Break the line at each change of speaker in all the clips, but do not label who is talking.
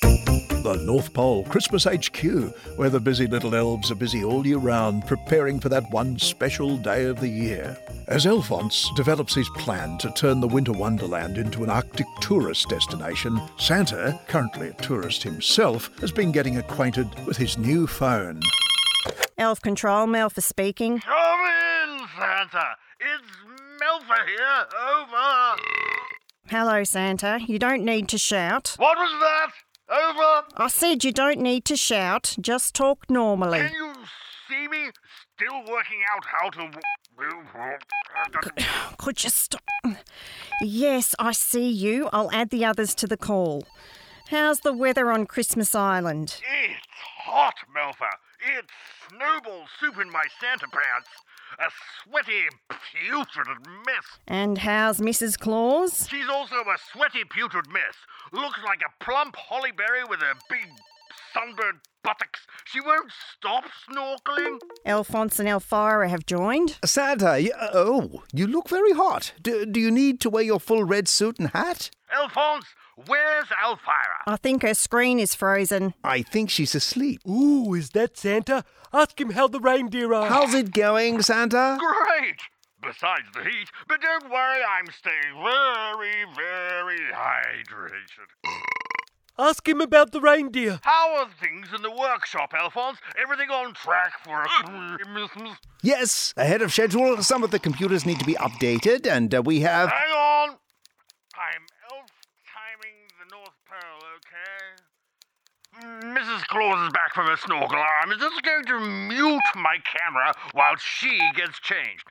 from the North Pole, Christmas HQ, where the busy little elves are busy all year round preparing for that one special day of the year. As Elphonse develops his plan to turn the Winter Wonderland into an Arctic tourist destination, Santa, currently a tourist himself, has been getting acquainted with his new phone.
Elf Control, Melfa speaking.
Come in, Santa. It's Melfa here. Over.
Hello, Santa. You don't need to shout.
What was that? Over.
I said you don't need to shout, just talk normally.
Can you see me? Still working out how to.
Could you stop? Yes, I see you. I'll add the others to the call. How's the weather on Christmas Island?
It's hot, Melfa. It's snowball soup in my Santa pants. A sweaty, putrid mess.
And how's Mrs. Claus?
She's also a sweaty, putrid mess. Looks like a plump hollyberry with her big sunburned buttocks. She won't stop snorkeling.
Alphonse and Elvira have joined.
Santa, y- oh, you look very hot. Do, do you need to wear your full red suit and hat?
Alphonse, where's Alfira?
I think her screen is frozen.
I think she's asleep.
Ooh, is that Santa? Ask him how the reindeer are.
How's it going, Santa?
Great! Besides the heat, but don't worry, I'm staying very, very hydrated.
Ask him about the reindeer.
How are things in the workshop, Alphonse? Everything on track for a Christmas?
Yes, ahead of schedule. Some of the computers need to be updated, and uh, we have.
Hang on! I'm elf timing the North Pole, okay? Mrs. Claus is back from her snorkel. I'm just going to mute my camera while she gets changed.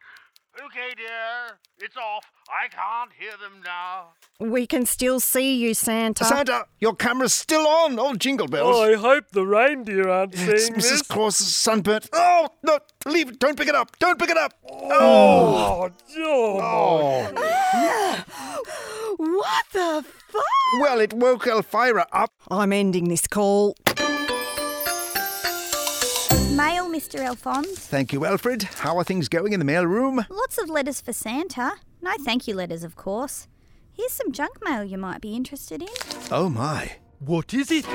Okay, dear. It's off. I can't hear them now.
We can still see you, Santa.
Santa, your camera's still on. Oh, jingle bells.
I hope the reindeer aren't
It's
seeing
Mrs.
this.
Claus's sunburnt. Oh, no, leave it. Don't pick it up. Don't pick it up.
Oh, oh,
What the fuck?
Well, it woke Elvira up.
I'm ending this call.
Mail, Mr. Alphonse.
Thank you, Alfred. How are things going in the mailroom?
Lots of letters for Santa. No thank you letters, of course. Here's some junk mail you might be interested in.
Oh, my.
What is it?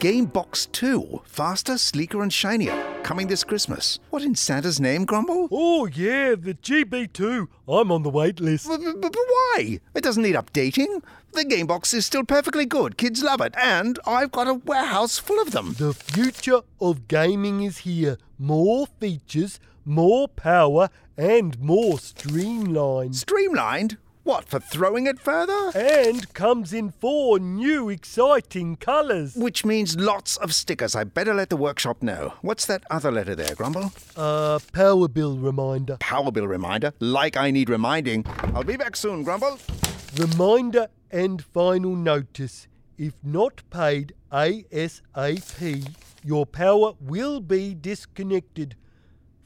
Game Box 2. Faster, sleeker, and shinier. Coming this Christmas. What in Santa's name, Grumble?
Oh, yeah, the GB2. I'm on the wait list.
But, but- but why? It doesn't need updating. The game box is still perfectly good. Kids love it. And I've got a warehouse full of them.
The future of gaming is here. More features, more power, and more streamlined.
Streamlined? What, for throwing it further?
And comes in four new exciting colours.
Which means lots of stickers. I better let the workshop know. What's that other letter there, Grumble?
Uh, power bill reminder.
Power bill reminder, like I need reminding. I'll be back soon, Grumble.
Reminder and final notice. If not paid ASAP, your power will be disconnected.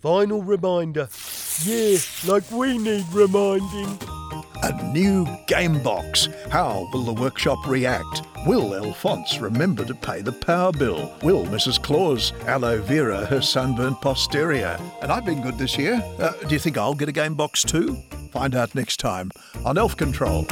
Final reminder. Yeah, like we need reminding.
A new game box. How will the workshop react? Will Alphonse remember to pay the power bill? Will Mrs. Claus aloe vera her sunburnt posterior? And I've been good this year. Uh, do you think I'll get a game box too? Find out next time on Elf Control.